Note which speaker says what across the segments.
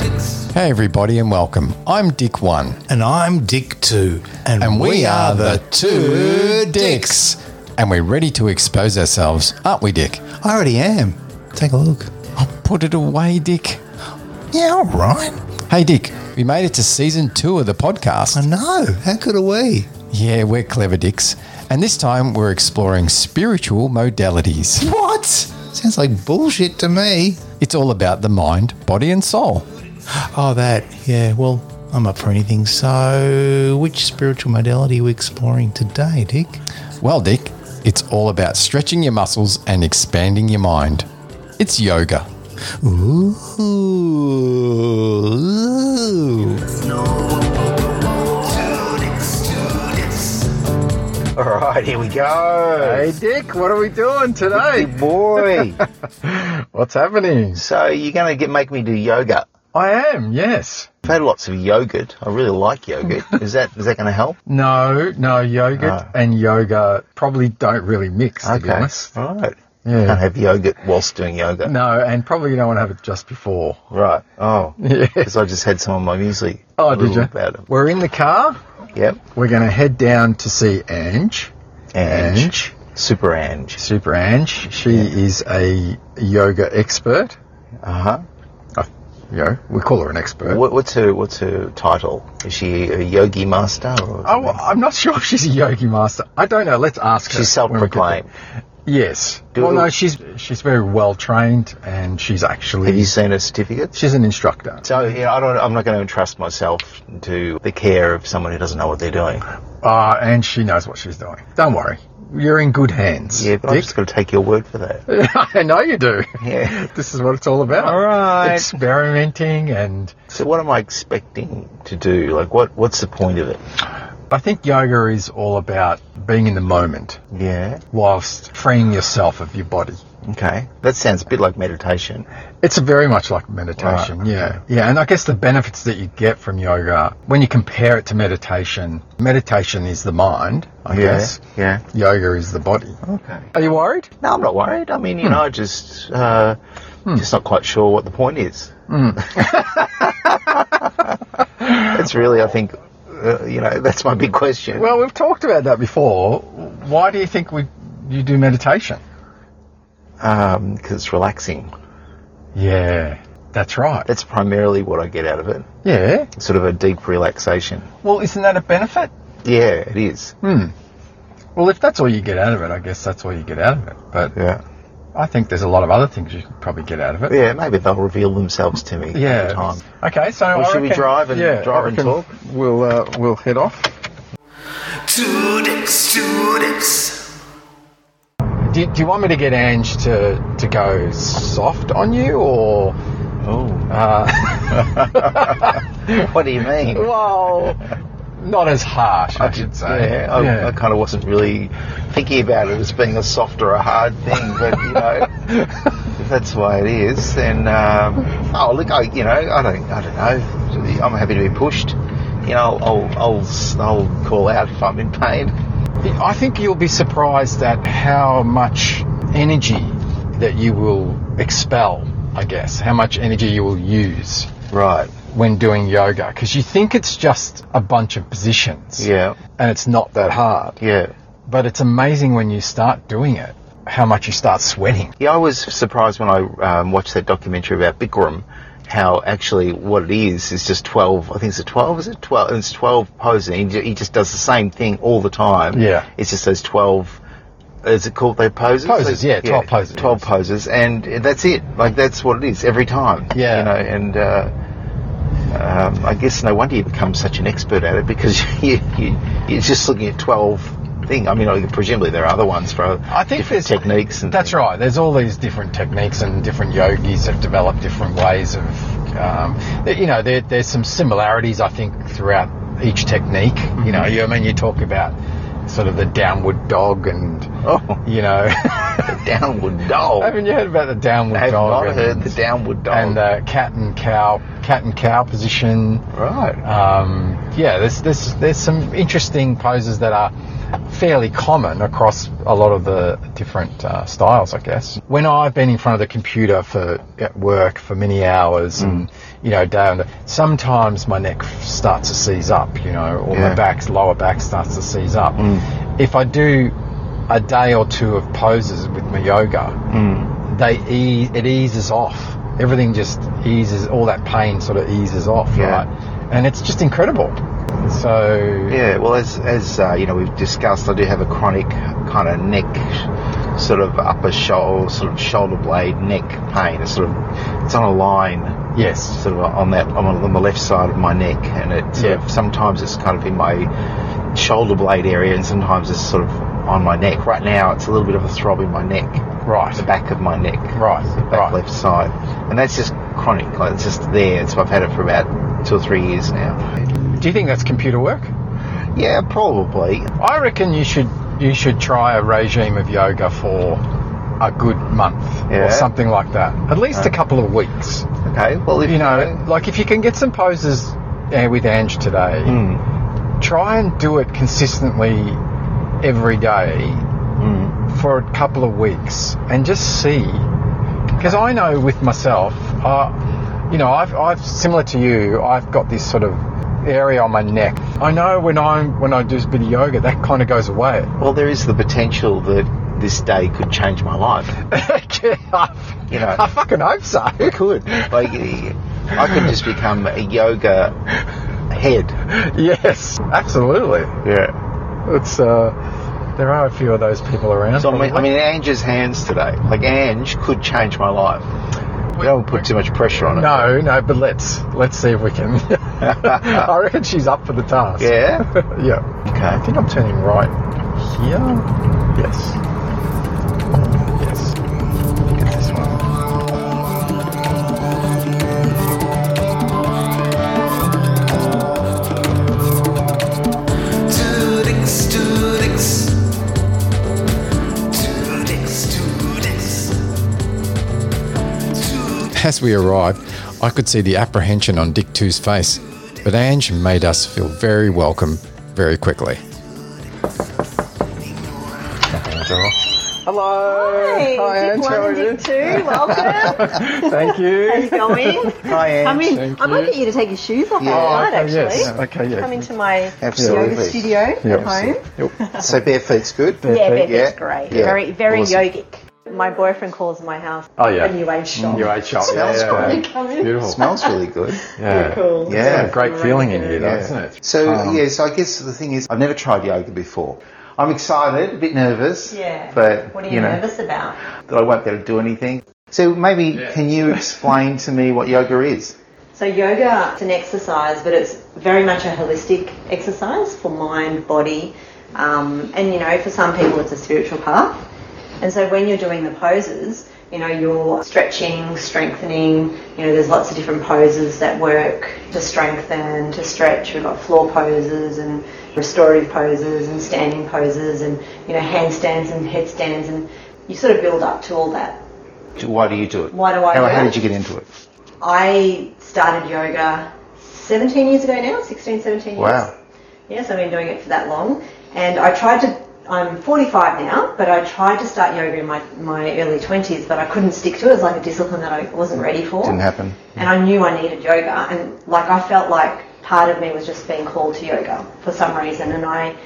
Speaker 1: G'day, everybody, and welcome. I'm Dick One,
Speaker 2: And I'm Dick Two,
Speaker 1: and we, are the Two Dicks, and we're ready to expose ourselves, aren't we, Dick?
Speaker 2: I already am. Take a look.
Speaker 1: Put it away, Dick.
Speaker 2: Yeah, all right.
Speaker 1: Hey, Dick, we made it to season two of the podcast.
Speaker 2: I know. How could we?
Speaker 1: Yeah, we're clever dicks, and this time we're exploring spiritual modalities.
Speaker 2: What? Sounds like bullshit to me.
Speaker 1: It's all about the mind, body, and soul.
Speaker 2: Oh, that. Yeah. Well, I'm up for anything. So, which spiritual modality are we exploring today, Dick?
Speaker 1: Well, Dick, it's all about stretching your muscles and expanding your mind. It's yoga.
Speaker 2: Ooh.
Speaker 3: All right, here we go.
Speaker 4: Hey Dick, what are we doing today?
Speaker 3: Boy,
Speaker 4: What's happening?
Speaker 3: so you're going to get make me do yoga.
Speaker 4: I am, yes.
Speaker 3: I've had lots of yogurt. I really like yogurt. Is that is that going to help?
Speaker 4: No, no, yogurt
Speaker 3: Ah.
Speaker 4: and yoga probably don't really mix, to be honest.
Speaker 3: All right.
Speaker 4: Yeah.
Speaker 3: Can't have yogurt whilst doing yoga.
Speaker 4: No, and probably you don't want to have it just before.
Speaker 3: Right. Oh,
Speaker 4: Yeah.
Speaker 3: because I just had some of my muesli.
Speaker 4: Oh,
Speaker 3: A
Speaker 4: did
Speaker 3: little
Speaker 4: you?
Speaker 3: About it.
Speaker 4: We're in the car.
Speaker 3: Yep.
Speaker 4: We're going to head down to see Ange,
Speaker 3: Ange.
Speaker 4: Ange.
Speaker 3: Super Ange.
Speaker 4: Super Ange. She is a yoga expert.
Speaker 3: Uh
Speaker 4: You know, we call her an
Speaker 3: huh.
Speaker 4: expert.
Speaker 3: What, what's her What's her title? Is she a yogi master? Or
Speaker 4: Oh, I'm not sure if she's a yogi master. I don't know. Let's ask her.
Speaker 3: She's
Speaker 4: when we get there.
Speaker 3: self-proclaimed.
Speaker 4: Yes.
Speaker 3: Do-
Speaker 4: well, no, she's she's very well trained, and she's actually
Speaker 3: Have you seen her certificate?
Speaker 4: she's an instructor.
Speaker 3: So yeah, I don't. I'm not going to entrust myself to the care of someone who doesn't know what they're doing.
Speaker 4: Uh, and she knows what she's doing. Don't worry, you're in good hands.
Speaker 3: Yeah, but I'm
Speaker 4: Dick.
Speaker 3: just going to take your word for that.
Speaker 4: I know you do.
Speaker 3: Yeah.
Speaker 4: This is what it's all about.
Speaker 3: All right.
Speaker 4: Experimenting, and
Speaker 3: So what am I expecting to do? Like, what what's the point of it?
Speaker 4: I think yoga is all about being in the moment
Speaker 3: Yeah.
Speaker 4: whilst freeing yourself of your body.
Speaker 3: Okay. That sounds a bit like meditation.
Speaker 4: It's very much like meditation,
Speaker 3: Right,
Speaker 4: yeah. Yeah, and I guess the benefits that you get from yoga, when you compare it to meditation, meditation is the mind, I guess.
Speaker 3: Yeah.
Speaker 4: Yoga is the body.
Speaker 3: Okay.
Speaker 4: Are you worried?
Speaker 3: No, I'm not worried. I mean, you know, I just uh, just not quite sure what the point is. that's really, I think, uh, you know, that's my big question.
Speaker 4: Well, we've talked about that before. Why do you think we you do meditation?
Speaker 3: because Um, it's relaxing.
Speaker 4: Yeah, that's right.
Speaker 3: That's primarily what I get out of it.
Speaker 4: Yeah.
Speaker 3: It's sort of a deep relaxation.
Speaker 4: Well, isn't that a benefit?
Speaker 3: Yeah, it is.
Speaker 4: Well, if that's all you get out of it, I guess that's all you get out of it. But
Speaker 3: Yeah.
Speaker 4: I think there's a lot of other things you could probably get out of it.
Speaker 3: Yeah, maybe they'll reveal themselves to me over time.
Speaker 4: Okay, so
Speaker 3: Well,
Speaker 4: I
Speaker 3: should we
Speaker 4: reckon-
Speaker 3: drive and-
Speaker 4: yeah,
Speaker 3: drive
Speaker 4: I
Speaker 3: and
Speaker 4: reckon
Speaker 3: talk?
Speaker 4: We'll uh, we'll head off.
Speaker 5: Two dicks, two dicks.
Speaker 4: Do you, do you want me to get Ange to, to go soft on you, or
Speaker 3: Oh.
Speaker 4: uh,
Speaker 3: What do you mean?
Speaker 4: well, not as harsh? I should say.
Speaker 3: Yeah, I, I kind of wasn't really thinking about it as being a soft or a hard thing, but you know, if that's the way it is, then um, oh look, I you know, I don't, I don't know. I'm happy to be pushed. You know, I'll, I'll, s- I'll call out if I'm in pain.
Speaker 4: I think you'll be surprised at how much energy that you will expel. I guess how much energy you will use
Speaker 3: Right.
Speaker 4: when doing yoga because you think it's just a bunch of positions
Speaker 3: Yeah.
Speaker 4: and it's not that hard
Speaker 3: Yeah.
Speaker 4: but it's amazing when you start doing it how much you start sweating
Speaker 3: Yeah, I was surprised when I um, watched that documentary about Bikram, how actually what it is is just twelve. I think it's a twelve. Is it twelve? It's twelve poses. And he, ju- he just does the same thing all the time.
Speaker 4: Yeah.
Speaker 3: it's just those twelve. Is it called they poses?
Speaker 4: Poses, yeah, 12 poses.
Speaker 3: Twelve poses, and that's it. Like that's what it is every time.
Speaker 4: Yeah.
Speaker 3: you know, and. Uh, um, I guess no wonder you become such an expert at it because you, you you're just looking at twelve thing. I mean, like, presumably there are other ones for
Speaker 4: I think
Speaker 3: different
Speaker 4: there's-
Speaker 3: techniques and
Speaker 4: That's
Speaker 3: things.
Speaker 4: right. There's all these different techniques, and different yogis have developed different ways of, um, th- you know, there, there's some similarities I think throughout each technique. You know,
Speaker 3: Mm-hmm.
Speaker 4: you, I mean, you talk about sort of the downward dog, and
Speaker 3: Oh.
Speaker 4: you know,
Speaker 3: downward dog.
Speaker 4: haven't you heard about the downward
Speaker 3: I have
Speaker 4: dog?
Speaker 3: not
Speaker 4: and,
Speaker 3: heard the downward dog.
Speaker 4: and the cat and cow, cat and cow position.
Speaker 3: right.
Speaker 4: Um, yeah, there's, there's there's some interesting poses that are fairly common across a lot of the different uh, styles, I guess. When I've been in front of the computer for at work for many hours, and you know, down. Sometimes my neck starts to seize up, you know, or
Speaker 3: Yeah.
Speaker 4: my back's lower back starts to seize up. If I do a day or two of poses with my yoga, they ease, it eases off. Everything just eases, all that pain sort of eases off,
Speaker 3: Yeah.
Speaker 4: right? And it's just incredible. So
Speaker 3: Yeah, well, as as uh, you know, we've discussed, I do have a chronic kind of neck, sort of upper shoulder, sort of shoulder blade neck pain. It's sort of it's on a line,
Speaker 4: yes,
Speaker 3: sort of on that on, on the left side of my neck, and it sort
Speaker 4: Yeah.
Speaker 3: of sometimes it's kind of in my shoulder blade area, and sometimes it's sort of on my neck. Right now, it's a little bit of a throb in my neck,
Speaker 4: right,
Speaker 3: the back of my neck,
Speaker 4: right,
Speaker 3: back
Speaker 4: right.
Speaker 3: left side, and that's just chronic. Like it's just there. It's I've had it for about two or three years now.
Speaker 4: Do you think that's computer work?
Speaker 3: Yeah, probably.
Speaker 4: I reckon you should you should try a regime of yoga for a good month
Speaker 3: Yeah. Uh.
Speaker 4: or something like that. At least a couple of weeks.
Speaker 3: Okay. Well, if
Speaker 4: You know, like if you can get some poses eh, with Ange today,
Speaker 3: Mm.
Speaker 4: try and do it consistently every day
Speaker 3: Mm.
Speaker 4: for a couple of weeks and just see. Because I know with myself, uh, you know, I've, I've similar to you, I've got this sort of area on my neck. I know when I when I do a bit of yoga, that kind of goes away.
Speaker 3: Well, there is the potential that this day could change my life.
Speaker 4: I,
Speaker 3: You know.
Speaker 4: I fucking hope so.
Speaker 3: It could. Like, I could just become a yoga head.
Speaker 4: yes, absolutely.
Speaker 3: Yeah.
Speaker 4: It's uh, there are a few of those people around.
Speaker 3: So, I mean, I mean, Ange's hands today. Like, Ange could change my life. We don't put too much pressure on it.
Speaker 4: no, no, but let's let's see if we can. I reckon she's up for the task.
Speaker 3: Yeah?
Speaker 4: yeah. I
Speaker 3: Okay.
Speaker 4: think I'm turning right here. Yes. Yes. Get this one.
Speaker 5: Two dicks, two dicks. Two dicks, two dicks. Two
Speaker 1: As we arrived, I could see the apprehension on Dick Two's face, but Ange made us feel very welcome very quickly.
Speaker 4: Hello.
Speaker 6: Hey,
Speaker 4: Hi,
Speaker 6: Dick
Speaker 4: Ange.
Speaker 6: one
Speaker 4: How are
Speaker 6: and
Speaker 4: you?
Speaker 6: Dick two, welcome.
Speaker 4: Thank
Speaker 6: How's
Speaker 4: you.
Speaker 6: it going?
Speaker 3: Hi, Ange.
Speaker 6: Come in. I might
Speaker 4: you.
Speaker 6: get you to take your shoes off
Speaker 3: Yeah.
Speaker 6: outside,
Speaker 4: Oh, okay,
Speaker 6: actually.
Speaker 4: yes. Okay, yeah.
Speaker 6: Come into my
Speaker 3: Absolutely.
Speaker 6: yoga studio
Speaker 4: Yep.
Speaker 6: at home.
Speaker 3: So, bare feet's good?
Speaker 6: Yeah,
Speaker 4: feet.
Speaker 6: barefoot's
Speaker 3: Yeah.
Speaker 6: great.
Speaker 3: Yeah.
Speaker 6: Very, very
Speaker 3: Awesome.
Speaker 6: yogic. My boyfriend calls my house
Speaker 4: Oh, yeah.
Speaker 6: a new age shop.
Speaker 4: Your age shot.
Speaker 3: Smells
Speaker 4: yeah,
Speaker 3: great.
Speaker 6: Come in.
Speaker 4: Beautiful.
Speaker 3: Smells really good.
Speaker 4: Yeah.
Speaker 6: Cool.
Speaker 3: Yeah.
Speaker 4: It's a great feeling in here, though,
Speaker 3: Yeah.
Speaker 4: isn't it?
Speaker 3: So
Speaker 4: Um,
Speaker 3: yeah, so I guess the thing is, I've never tried yoga before. I'm excited, a bit nervous.
Speaker 6: Yeah.
Speaker 3: But
Speaker 6: what are
Speaker 3: you,
Speaker 6: you,
Speaker 3: know
Speaker 6: nervous about?
Speaker 3: that I won't be able to do anything. So maybe can you explain to me what yoga is?
Speaker 6: So yoga, it's an exercise, but it's very much a holistic exercise for mind, body, um, and you know, for some people it's a spiritual path. And so when you're doing the poses, you know, you're stretching, strengthening. You know, there's lots of different poses that work to strengthen, to stretch. We've got floor poses and restorative poses and standing poses and you know, handstands and headstands, and you sort of build up to all that.
Speaker 3: Why do you do it?
Speaker 6: Why do I
Speaker 3: How,
Speaker 6: do
Speaker 3: how
Speaker 6: it?
Speaker 3: did you get into it?
Speaker 6: I started yoga 17 years ago now, 16, 17 years.
Speaker 3: Wow.
Speaker 6: Yes, I've been doing it for that long. And I tried to, I'm 45 now, but I tried to start yoga in my, my early 20s, but I couldn't stick to it. It was like a discipline that I wasn't ready for.
Speaker 3: Didn't happen.
Speaker 6: And I knew I needed yoga. And like, I felt like part of me was just being called to yoga for some reason. And I,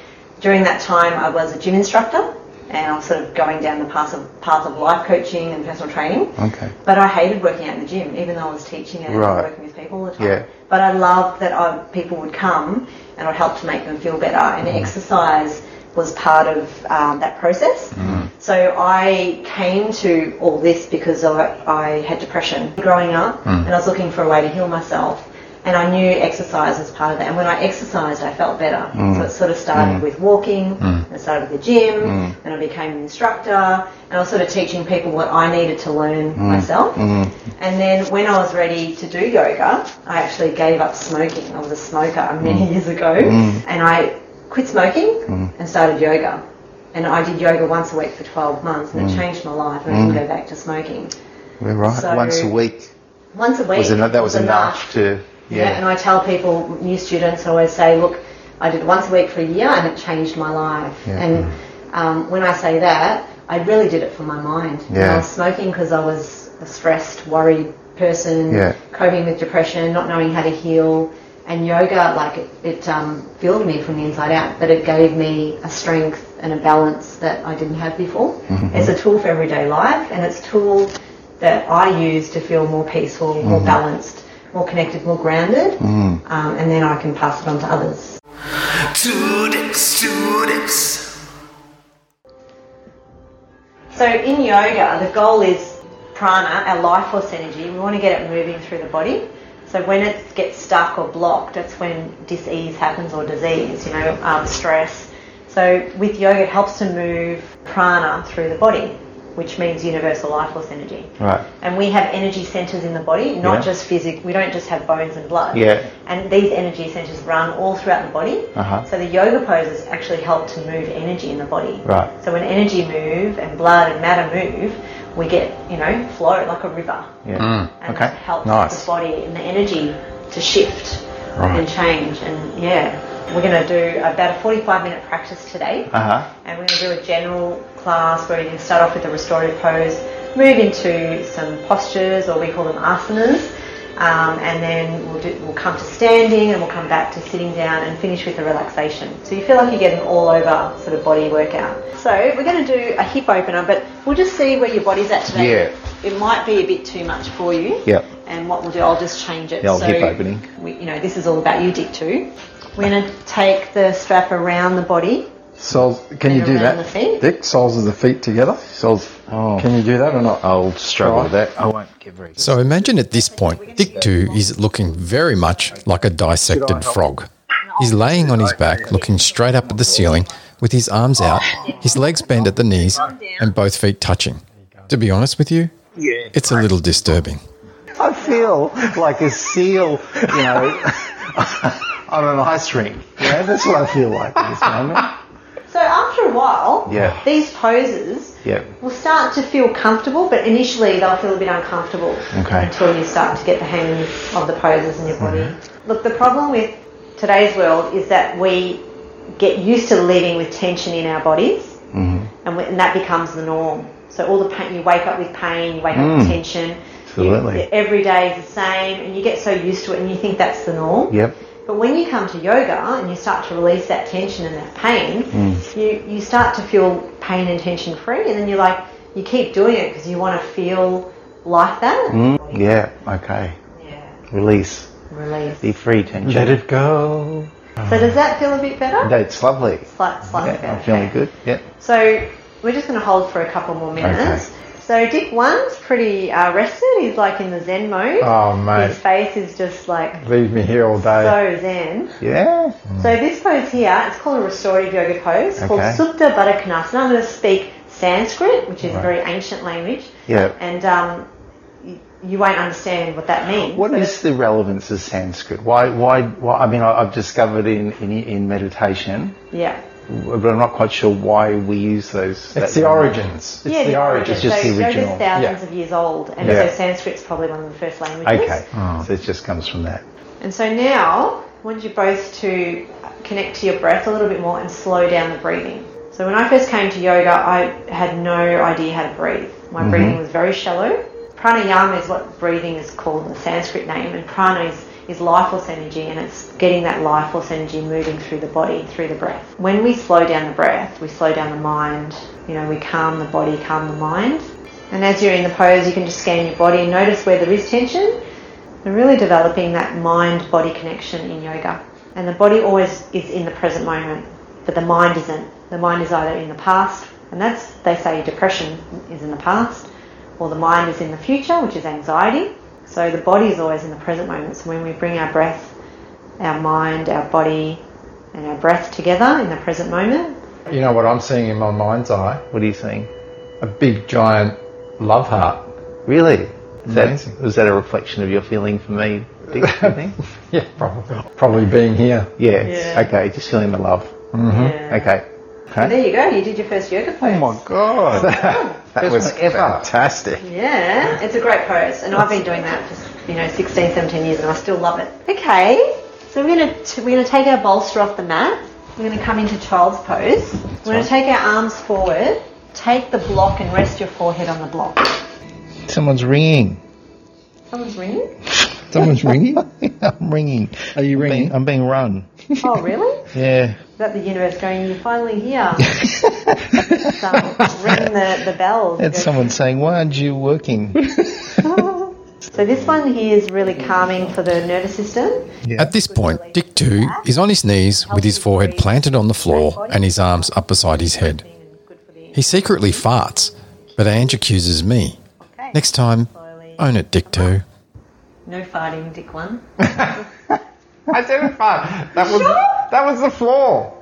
Speaker 6: during that time, I was a gym instructor. And I was sort of going down the path of, path of life coaching and personal training.
Speaker 3: Okay.
Speaker 6: But I hated working out in the gym, even though I was teaching and
Speaker 3: Right.
Speaker 6: working with people all the time.
Speaker 3: Yeah.
Speaker 6: But I loved that I, people would come and I'd help to make them feel better. And
Speaker 3: Mm.
Speaker 6: exercise was part of um, that process.
Speaker 3: Mm.
Speaker 6: So I came to all this because I, I had depression growing up
Speaker 3: Mm.
Speaker 6: and I was looking for a way to heal myself. And I knew exercise was part of that. And when I exercised, I felt better.
Speaker 3: Mm.
Speaker 6: So it sort of started with walking, and it started with the gym,
Speaker 3: Mm.
Speaker 6: and I became an instructor, and I was sort of teaching people what I needed to
Speaker 3: Mm.
Speaker 6: learn myself. And then when I was ready to do yoga, I actually gave up smoking. I was a smoker
Speaker 3: Mm.
Speaker 6: many years ago, and I quit smoking
Speaker 3: Mm.
Speaker 6: and started yoga. And I did yoga once a week for 12 months,
Speaker 3: Mm.
Speaker 6: and it changed my life, and I didn't go back to smoking.
Speaker 3: We're right.
Speaker 6: So-
Speaker 3: Once a week
Speaker 6: Once a week
Speaker 3: was enough. That was enough to
Speaker 6: yeah.
Speaker 3: yeah.
Speaker 6: and I tell people, new students, I always say, look, I did it once a week for a year and it changed my life. And um, when I say that, I really did it for my mind. And
Speaker 3: Yeah.
Speaker 6: I was smoking because I was a stressed, worried person,
Speaker 3: Yeah.
Speaker 6: coping with depression, not knowing how to heal. And yoga, like it, it um, filled me from the inside out, but it gave me a strength and a balance that I didn't have before. It's a tool for everyday life, and it's a tool that I use to feel more peaceful, more balanced, more connected, more grounded, um, and then I can pass it on to others.
Speaker 5: Two dicks, two dicks.
Speaker 6: So in yoga, the goal is prana, our life force energy. We want to get it moving through the body. So when it gets stuck or blocked, that's when disease happens or disease, you know, um, stress. So with yoga, it helps to move prana through the body, which means universal life force energy.
Speaker 3: Right.
Speaker 6: And we have energy centers in the body, not
Speaker 3: Yeah.
Speaker 6: just physic. We don't just have bones and blood.
Speaker 3: Yeah.
Speaker 6: And these energy centers run all throughout the body.
Speaker 3: Uh-huh.
Speaker 6: So the yoga poses actually help to move energy in the body.
Speaker 3: Right.
Speaker 6: So when energy move and blood and matter move, we get you know flow like a river,
Speaker 3: Yeah.
Speaker 6: and
Speaker 3: Okay.
Speaker 6: that helps
Speaker 4: Nice.
Speaker 6: the body and the energy to shift
Speaker 4: Right.
Speaker 6: and change. And yeah, we're going to do about a 45 minute practice today,
Speaker 3: Uh-huh.
Speaker 6: and we're going to do a general class where you can start off with a restorative pose, move into some postures or we call them asanas. Um, and then we'll, do, we'll come to standing and we'll come back to sitting down and finish with a relaxation. So you feel like you're getting all over sort of body workout. So we're going to do a hip opener, but we'll just see where your body's at today. Yeah. It might be a bit too much for you.
Speaker 3: Yep.
Speaker 6: And what we'll do, I'll just change it.
Speaker 3: The old hip opening.
Speaker 6: We, you know, this is all about you, Dick, too. We're going to take the strap around the body.
Speaker 4: Soles, can you
Speaker 6: And
Speaker 4: do
Speaker 6: around
Speaker 4: that?
Speaker 6: the feet.
Speaker 4: Dick, soles of the feet together. Soles.
Speaker 3: Oh.
Speaker 4: Can you do that or not?
Speaker 3: I'll struggle with that. I won't get very good.
Speaker 1: So imagine at this point, Dick 2 is looking very much like a dissected frog. He's laying on his back, looking straight up at the ceiling, with his arms out, his legs bent at the knees, and both feet touching. To be honest with you, it's a little disturbing.
Speaker 3: I feel like a seal, you know, on an ice rink. You know, that's what I feel like at this moment.
Speaker 6: So after a while,
Speaker 3: Yeah.
Speaker 6: these poses
Speaker 3: Yeah.
Speaker 6: will start to feel comfortable, but initially they'll feel a bit uncomfortable
Speaker 3: Okay.
Speaker 6: until you start to get the hang of the poses in your body.
Speaker 3: Mm-hmm.
Speaker 6: Look, the problem with today's world is that we get used to living with tension in our bodies,
Speaker 3: Mm-hmm.
Speaker 6: and, we, and that becomes the norm. So all the pain, you wake up with pain, you wake up with tension. you-
Speaker 3: Mm. Absolutely.
Speaker 6: every day is the same, and you get so used to it, and you think that's the norm.
Speaker 3: Yep.
Speaker 6: But when you come to yoga and you start to release that tension and that pain,
Speaker 3: Mm.
Speaker 6: you, you start to feel pain and tension free, and then you're like, you keep doing it because you want to feel like that.
Speaker 3: Mm. Yeah. Okay.
Speaker 6: Yeah,
Speaker 3: Release.
Speaker 6: release.
Speaker 3: Be free tension.
Speaker 4: Let it go.
Speaker 6: So, does that feel a bit better?
Speaker 3: That's lovely.
Speaker 6: Slight, slightly
Speaker 3: Yeah,
Speaker 6: better.
Speaker 3: I'm feeling
Speaker 6: okay.
Speaker 3: good. Yeah.
Speaker 6: So we're just going to hold for a couple more minutes. So Dick One's pretty uh, rested. He's like in the Zen mode.
Speaker 4: Oh
Speaker 6: His
Speaker 4: mate,
Speaker 6: face is just like
Speaker 4: leave me here all day.
Speaker 6: so Zen.
Speaker 3: Yeah.
Speaker 6: So this pose here, it's called a restorative yoga pose called
Speaker 3: Okay.
Speaker 6: Supta Baddha Konasana. I'm going to speak Sanskrit, which is a very ancient language,
Speaker 3: Yeah.
Speaker 6: and um, you, you won't understand what that means.
Speaker 3: What is the relevance of Sanskrit? Why? Why? why I mean, I, I've discovered in, in in meditation,
Speaker 6: Yeah.
Speaker 3: but I'm not quite sure why we use those.
Speaker 4: it's
Speaker 3: that
Speaker 4: the
Speaker 3: language.
Speaker 4: origins.
Speaker 6: yeah,
Speaker 4: it's the origin.
Speaker 3: origin. It's just
Speaker 6: so
Speaker 3: the original.
Speaker 6: Yoga's thousands
Speaker 4: Yeah.
Speaker 6: of years old, and
Speaker 3: Yeah.
Speaker 6: so Sanskrit's probably one of the first languages.
Speaker 3: Okay.
Speaker 4: Oh.
Speaker 3: So it just comes from that.
Speaker 6: And so now, I want you both to connect to your breath a little bit more and slow down the breathing. So when I first came to yoga, I had no idea how to breathe. My breathing was very shallow. Pranayama is what breathing is called in the Sanskrit name, and prana is, is life force energy, and it's getting that life force energy moving through the body, through the breath. When we slow down the breath, we slow down the mind. You know, we calm the body, calm the mind. And as you're in the pose, you can just scan your body and notice where there is tension, we're really developing that mind body connection in yoga. And the body always is in the present moment, but the mind isn't. The mind is either in the past, and that's, they say, depression is in the past, or the mind is in the future, which is anxiety. So the body is always in the present moment. So when we bring our breath, our mind, our body, and our breath together in the present moment,
Speaker 4: You know what I'm seeing in my mind's eye?
Speaker 3: What do you think?
Speaker 4: A big giant love heart.
Speaker 3: Really? Is that-
Speaker 4: Amazing.
Speaker 3: was that a reflection of your feeling for me? Do you think?
Speaker 4: Yeah, probably. Probably being here.
Speaker 3: yeah.
Speaker 6: Yeah.
Speaker 3: Okay. Just feeling the love.
Speaker 6: yeah.
Speaker 3: Okay. Okay.
Speaker 6: there you go. You did your first yoga pose.
Speaker 3: God. that
Speaker 4: First
Speaker 3: was
Speaker 4: one ever.
Speaker 3: fantastic.
Speaker 6: Yeah, it's a great pose, and I've been doing that for you know 16, 17 years, and I still love it. Okay, so we're gonna t- we're gonna take our bolster off the mat. We're gonna come into child's pose. we're gonna take our arms forward, take the block, and rest your forehead on the block.
Speaker 3: Someone's ringing.
Speaker 6: Someone's ringing?
Speaker 2: Someone's ringing.
Speaker 3: I'm ringing.
Speaker 2: Are you
Speaker 3: I'm
Speaker 2: ringing?
Speaker 3: being, I'm being run.
Speaker 6: Oh, really?
Speaker 3: Yeah.
Speaker 6: Is that the universe going, you're finally here? so, ring the, the bells.
Speaker 3: That's
Speaker 6: Go,
Speaker 3: someone saying, why aren't you working?
Speaker 6: So this one here is really calming for the nervous system.
Speaker 1: At this point, Dick 2 is on his knees with his forehead planted on the floor and his arms up beside his head.
Speaker 6: Good for the
Speaker 1: He secretly farts, but Ange accuses me. Next time, own it, Dick 2.
Speaker 6: no farting, Dick one.
Speaker 4: I said it fun. That was that was the floor.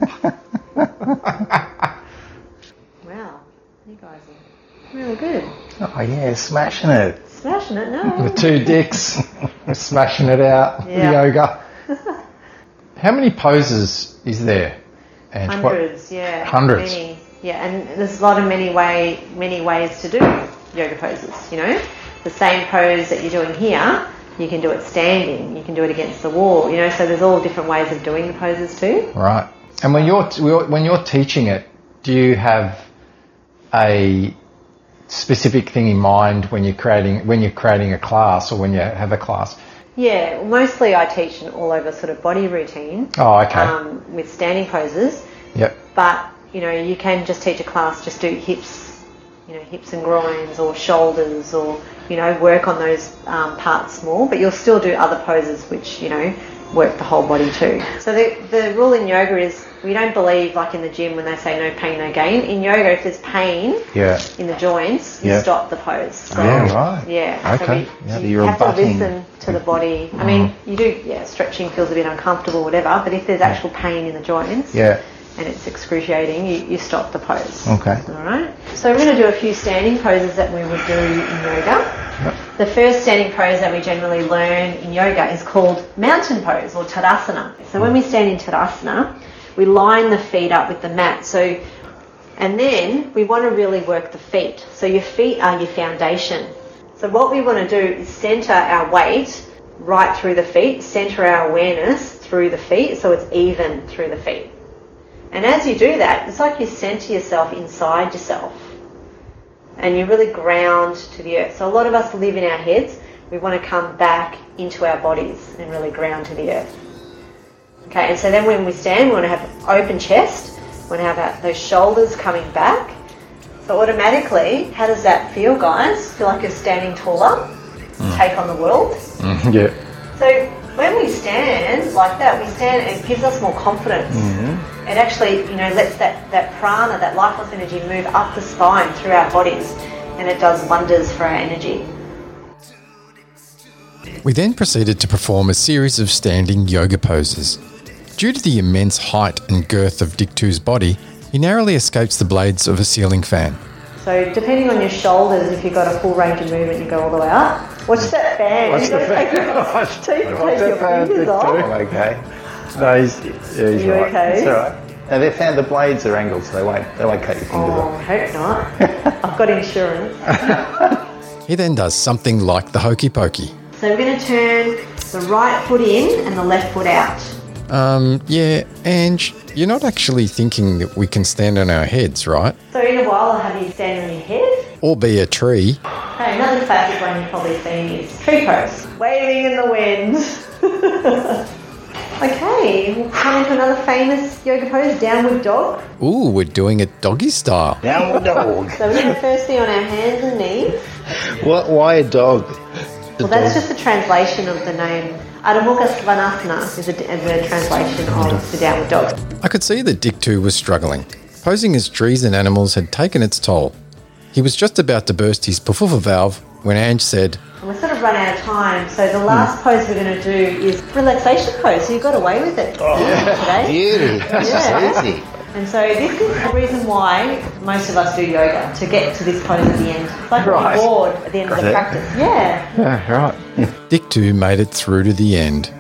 Speaker 6: Wow, you guys are really good.
Speaker 3: Oh, yeah, smashing it.
Speaker 6: Smashing it, no?
Speaker 4: Two dicks. We're smashing it out.
Speaker 6: Yeah.
Speaker 4: Yoga. How many poses is there? And what-
Speaker 6: Hundreds, yeah.
Speaker 4: Hundreds.
Speaker 6: Many. Yeah, and there's a lot of many way many ways to do yoga poses, you know? The same pose that you're doing here, you can do it standing, you can do it against the wall, you know, so there's all different ways of doing the poses too.
Speaker 4: Right. And when you're when you're teaching it, do you have a specific thing in mind when you're creating when you're creating a class or when you have a class?
Speaker 6: Yeah, mostly I teach an all over sort of body routine
Speaker 4: Oh, okay.
Speaker 6: um, with standing poses.
Speaker 4: yep.
Speaker 6: but you know you can just teach a class just do hips you know hips and groins or shoulders or you know work on those um, parts more but you'll still do other poses which you know work the whole body too so the, the rule in yoga is we don't believe like in the gym when they say no pain no gain in yoga if there's pain
Speaker 3: Yeah.
Speaker 6: in the joints you
Speaker 3: Yeah. Oh,
Speaker 6: stop the pose so,
Speaker 3: Yeah, right.
Speaker 6: yeah so
Speaker 3: Okay.
Speaker 6: we-
Speaker 3: Yeah,
Speaker 6: you
Speaker 3: you're Mm.
Speaker 6: have to
Speaker 3: abutting-
Speaker 6: listen to the body i mean you do yeah stretching feels a bit uncomfortable whatever but if there's actual pain in the joints
Speaker 3: Yeah.
Speaker 6: and it's excruciating, you, you stop the pose.
Speaker 3: Okay.
Speaker 6: All right. So we're going to do a few standing poses that we would do in yoga. The first standing pose that we generally learn in yoga is called mountain pose or tadasana. So when we stand in tadasana, we line the feet up with the mat. So and then we want to really work the feet. So your feet are your foundation. So what we want to do is center our weight right through the feet, center our awareness through the feet so it's even through the feet. And as you do that, it's like you center yourself inside yourself and you really ground to the earth. So a lot of us live in our heads. We want to come back into our bodies and really ground to the earth. Okay, and so then when we stand, we want to have open chest. We want to have our, those shoulders coming back. So automatically, how does that feel, guys? Feel like you're standing taller, take on the world.
Speaker 4: Yeah.
Speaker 6: So when we stand like that, we stand, it gives us more confidence. It actually, you know, lets that, that prana, that life force energy move up the spine through our bodies and it does wonders for our energy.
Speaker 1: We then proceeded to perform a series of standing yoga poses. Due to the immense height and girth of Dick 2's body, he narrowly escapes the blades of a ceiling fan.
Speaker 6: So depending on your shoulders, if you've got a full range of movement, you go all the way up. Watch that fan. Watch you gotta take your, take, take your fingers off.
Speaker 3: I'm okay.
Speaker 4: No, he's, yeah, he's
Speaker 6: You okay?
Speaker 3: It's all right. Now, they've found the blades are angled, so they won't, they won't cut your fingers
Speaker 6: Oh,
Speaker 3: off.
Speaker 6: I hope not. I've got insurance.
Speaker 1: He then does something like the hokey pokey.
Speaker 6: So we're going to turn the right foot in and the left foot out.
Speaker 1: Um, yeah, Ange, you're not actually thinking that we can stand on our heads, right?
Speaker 6: So in a while, I'll have you stand on your head.
Speaker 1: Or be a tree.
Speaker 6: Okay, another classic one you've probably seen is tree pose, waving in the wind. okay, we'll come into another famous yoga pose, downward dog.
Speaker 1: Ooh, we're doing it doggy style.
Speaker 3: Downward dog.
Speaker 6: So we're going to firstly on our hands and knees.
Speaker 3: what, why a dog?
Speaker 6: Well, that's just a translation of the name. Adamukha Svanasana is a, is a translation of the downward dog.
Speaker 1: I could see that Dick 2 was struggling. Posing as trees and animals had taken its toll. He was just about to burst his puffufa valve when Ange said, Hmm.
Speaker 6: And we're sort of run out of time, so the last pose we're going to do is relaxation pose. So you got away with it
Speaker 3: Oh,
Speaker 6: today.
Speaker 3: Beauty. That's
Speaker 6: Yeah.
Speaker 3: just easy.
Speaker 6: And so this is the reason why most of us do yoga to get to this pose at the end. It's like
Speaker 3: Right.
Speaker 6: we're bored at the end of the
Speaker 3: it.
Speaker 6: practice. Yeah.
Speaker 4: Yeah, right.
Speaker 1: Dick 2 made it through to the end.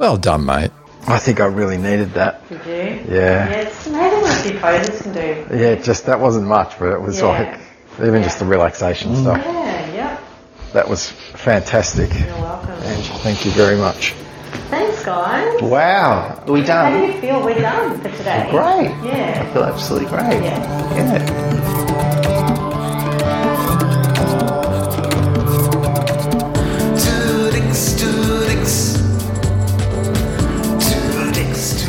Speaker 1: Well done, mate.
Speaker 3: I think I really needed that.
Speaker 6: Did you?
Speaker 4: Yeah.
Speaker 6: Yeah, it's amazing what a few poses can do.
Speaker 4: Yeah, just that wasn't much, but it was
Speaker 6: Yeah.
Speaker 4: like even just the relaxation stuff.
Speaker 6: Yeah, yep.
Speaker 4: That was fantastic.
Speaker 6: You're welcome.
Speaker 4: Angel, thank you very much.
Speaker 6: Thanks, guys.
Speaker 3: Wow. Are we
Speaker 6: How do
Speaker 3: done?
Speaker 6: you feel? We're done for today.
Speaker 3: Great. I
Speaker 6: Yeah.
Speaker 3: feel absolutely great.
Speaker 6: Yeah.
Speaker 3: yeah.
Speaker 5: to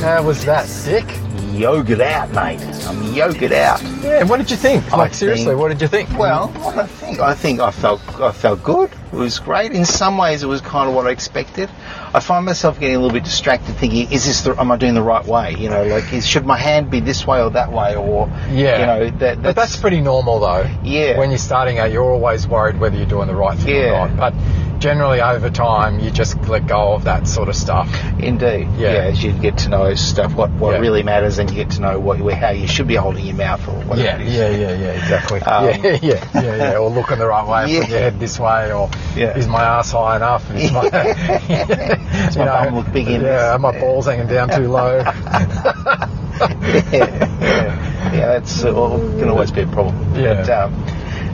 Speaker 4: How was that, Dick?
Speaker 3: Yoke it out, mate. I'm yoke it out.
Speaker 4: Yeah, what did you think?
Speaker 3: I
Speaker 4: Like, seriously,
Speaker 3: think-
Speaker 4: what did you think?
Speaker 3: Well, what I think I think I felt I felt good. It was great. In some ways, it was kind of what I expected. I find myself getting a little bit distracted, thinking, "Is this the? Am I doing the right way? You know, like, is, should my hand be this way or that way, or
Speaker 4: yeah.
Speaker 3: you know, that,
Speaker 4: but that's pretty normal, though.
Speaker 3: Yeah.
Speaker 4: When you're starting out, you're always worried whether you're doing the right thing
Speaker 3: Yeah.
Speaker 4: or not. But generally, over time, you just let go of that sort of stuff.
Speaker 3: Indeed.
Speaker 4: Yeah.
Speaker 3: As you get to know stuff, what, what
Speaker 4: Yeah.
Speaker 3: really matters, and you get to know what where- how you should be holding your mouth or whatever
Speaker 4: Yeah,
Speaker 3: it is.
Speaker 4: yeah, yeah, yeah, exactly.
Speaker 3: Um,
Speaker 4: yeah, yeah, yeah, yeah. Or looking the right way,
Speaker 3: Yeah.
Speaker 4: put your head this way, or
Speaker 3: Yeah.
Speaker 4: is my ass high enough? Is my, Does
Speaker 3: my bum look big in this?
Speaker 4: Yeah, are my balls hanging down too low?
Speaker 3: yeah, yeah, yeah, that's uh, well, can always be a problem.
Speaker 4: Yeah.
Speaker 3: But, um,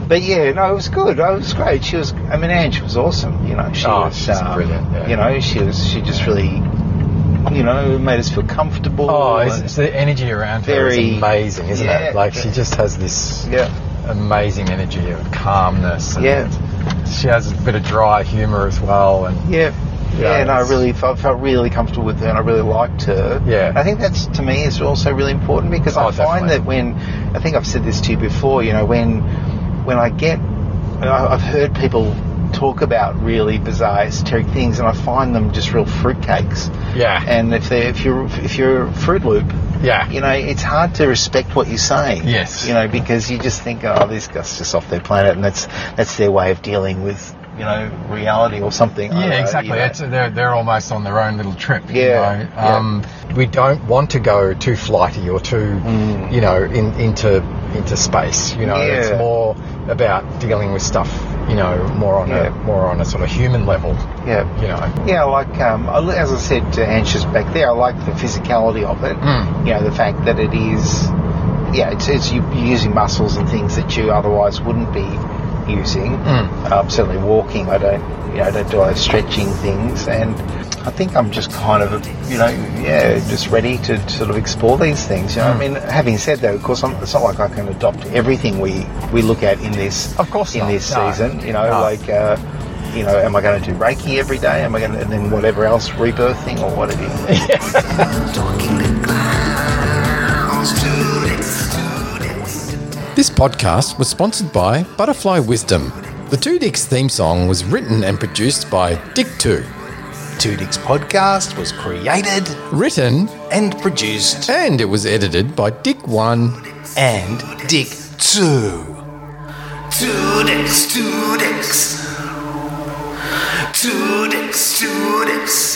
Speaker 3: but yeah, no, it was good. Oh, It was great. She was. I mean, Ange was awesome. You know, she
Speaker 4: Oh,
Speaker 3: was.
Speaker 4: she's
Speaker 3: um,
Speaker 4: brilliant, yeah.
Speaker 3: You know, she was. She just really, you know, made us feel comfortable.
Speaker 4: oh, it's,
Speaker 3: and-
Speaker 4: it's the energy around her
Speaker 3: Very-
Speaker 4: is amazing, isn't
Speaker 3: Yeah.
Speaker 4: it? Like she just has this
Speaker 3: yeah,
Speaker 4: amazing energy of calmness. And
Speaker 3: yeah,
Speaker 4: She has a bit of dry humour as well, and
Speaker 3: yeah. Yeah,
Speaker 4: Yeah,
Speaker 3: and I
Speaker 4: it's-
Speaker 3: really felt, felt really comfortable with her, and I really liked her.
Speaker 4: Yeah.
Speaker 3: And I think that's to me is also really important because I
Speaker 4: Oh,
Speaker 3: find
Speaker 4: definitely.
Speaker 3: that when I think I've said this to you before, you know, when when I get, I- I've heard people talk about really bizarre esoteric things, and I find them just real fruitcakes.
Speaker 4: yeah,
Speaker 3: And if they if you're if you're Fruit Loop,
Speaker 4: yeah,
Speaker 3: you know, it's hard to respect what you're saying.
Speaker 4: Yes.
Speaker 3: You know, because you just think, oh, this guy's just off their planet, and that's that's their way of dealing with you know reality or something. I don't know,
Speaker 4: Yeah, exactly.
Speaker 3: you know.
Speaker 4: It's, they're, they're almost on their own little trip. you
Speaker 3: Yeah,
Speaker 4: know. Um, We don't want to go too flighty or too, you know, in, into into space. You know, it's
Speaker 3: Mm. Yeah.
Speaker 4: more about dealing with stuff. You know, more on
Speaker 3: Yeah.
Speaker 4: a more on a sort of human level.
Speaker 3: yeah.
Speaker 4: You know.
Speaker 3: Yeah, like um, I li- as I said to Anxious back there, I like the physicality of it.
Speaker 4: Mm.
Speaker 3: You know, the fact that it is, yeah, it's, it's you, you're using muscles and things that you otherwise wouldn't be using.
Speaker 4: Hmm.
Speaker 3: Um, certainly walking, I don't, you know, I don't do all those stretching things, and I think I'm just kind of, you know, yeah, just ready to sort of explore these things. You know, I
Speaker 4: Hmm.
Speaker 3: mean, having said that, of course, I'm, it's not like I can adopt everything we we look at in this
Speaker 4: Of course
Speaker 3: in
Speaker 4: not,
Speaker 3: this
Speaker 4: no.
Speaker 3: season. You know,
Speaker 4: No.
Speaker 3: like. Uh, you know, am I going to do Reiki every day? Am I going to, and then whatever else, rebirth thing or what it is.
Speaker 1: This podcast was sponsored by Butterfly Wisdom. The Two Dicks theme song was written and produced by Dick Two,
Speaker 2: Two Dicks podcast was created
Speaker 1: written
Speaker 2: and produced
Speaker 1: and it was edited by Dick One.
Speaker 2: and Dick 2.
Speaker 5: Two dicks, two dicks. Two dicks, two dicks.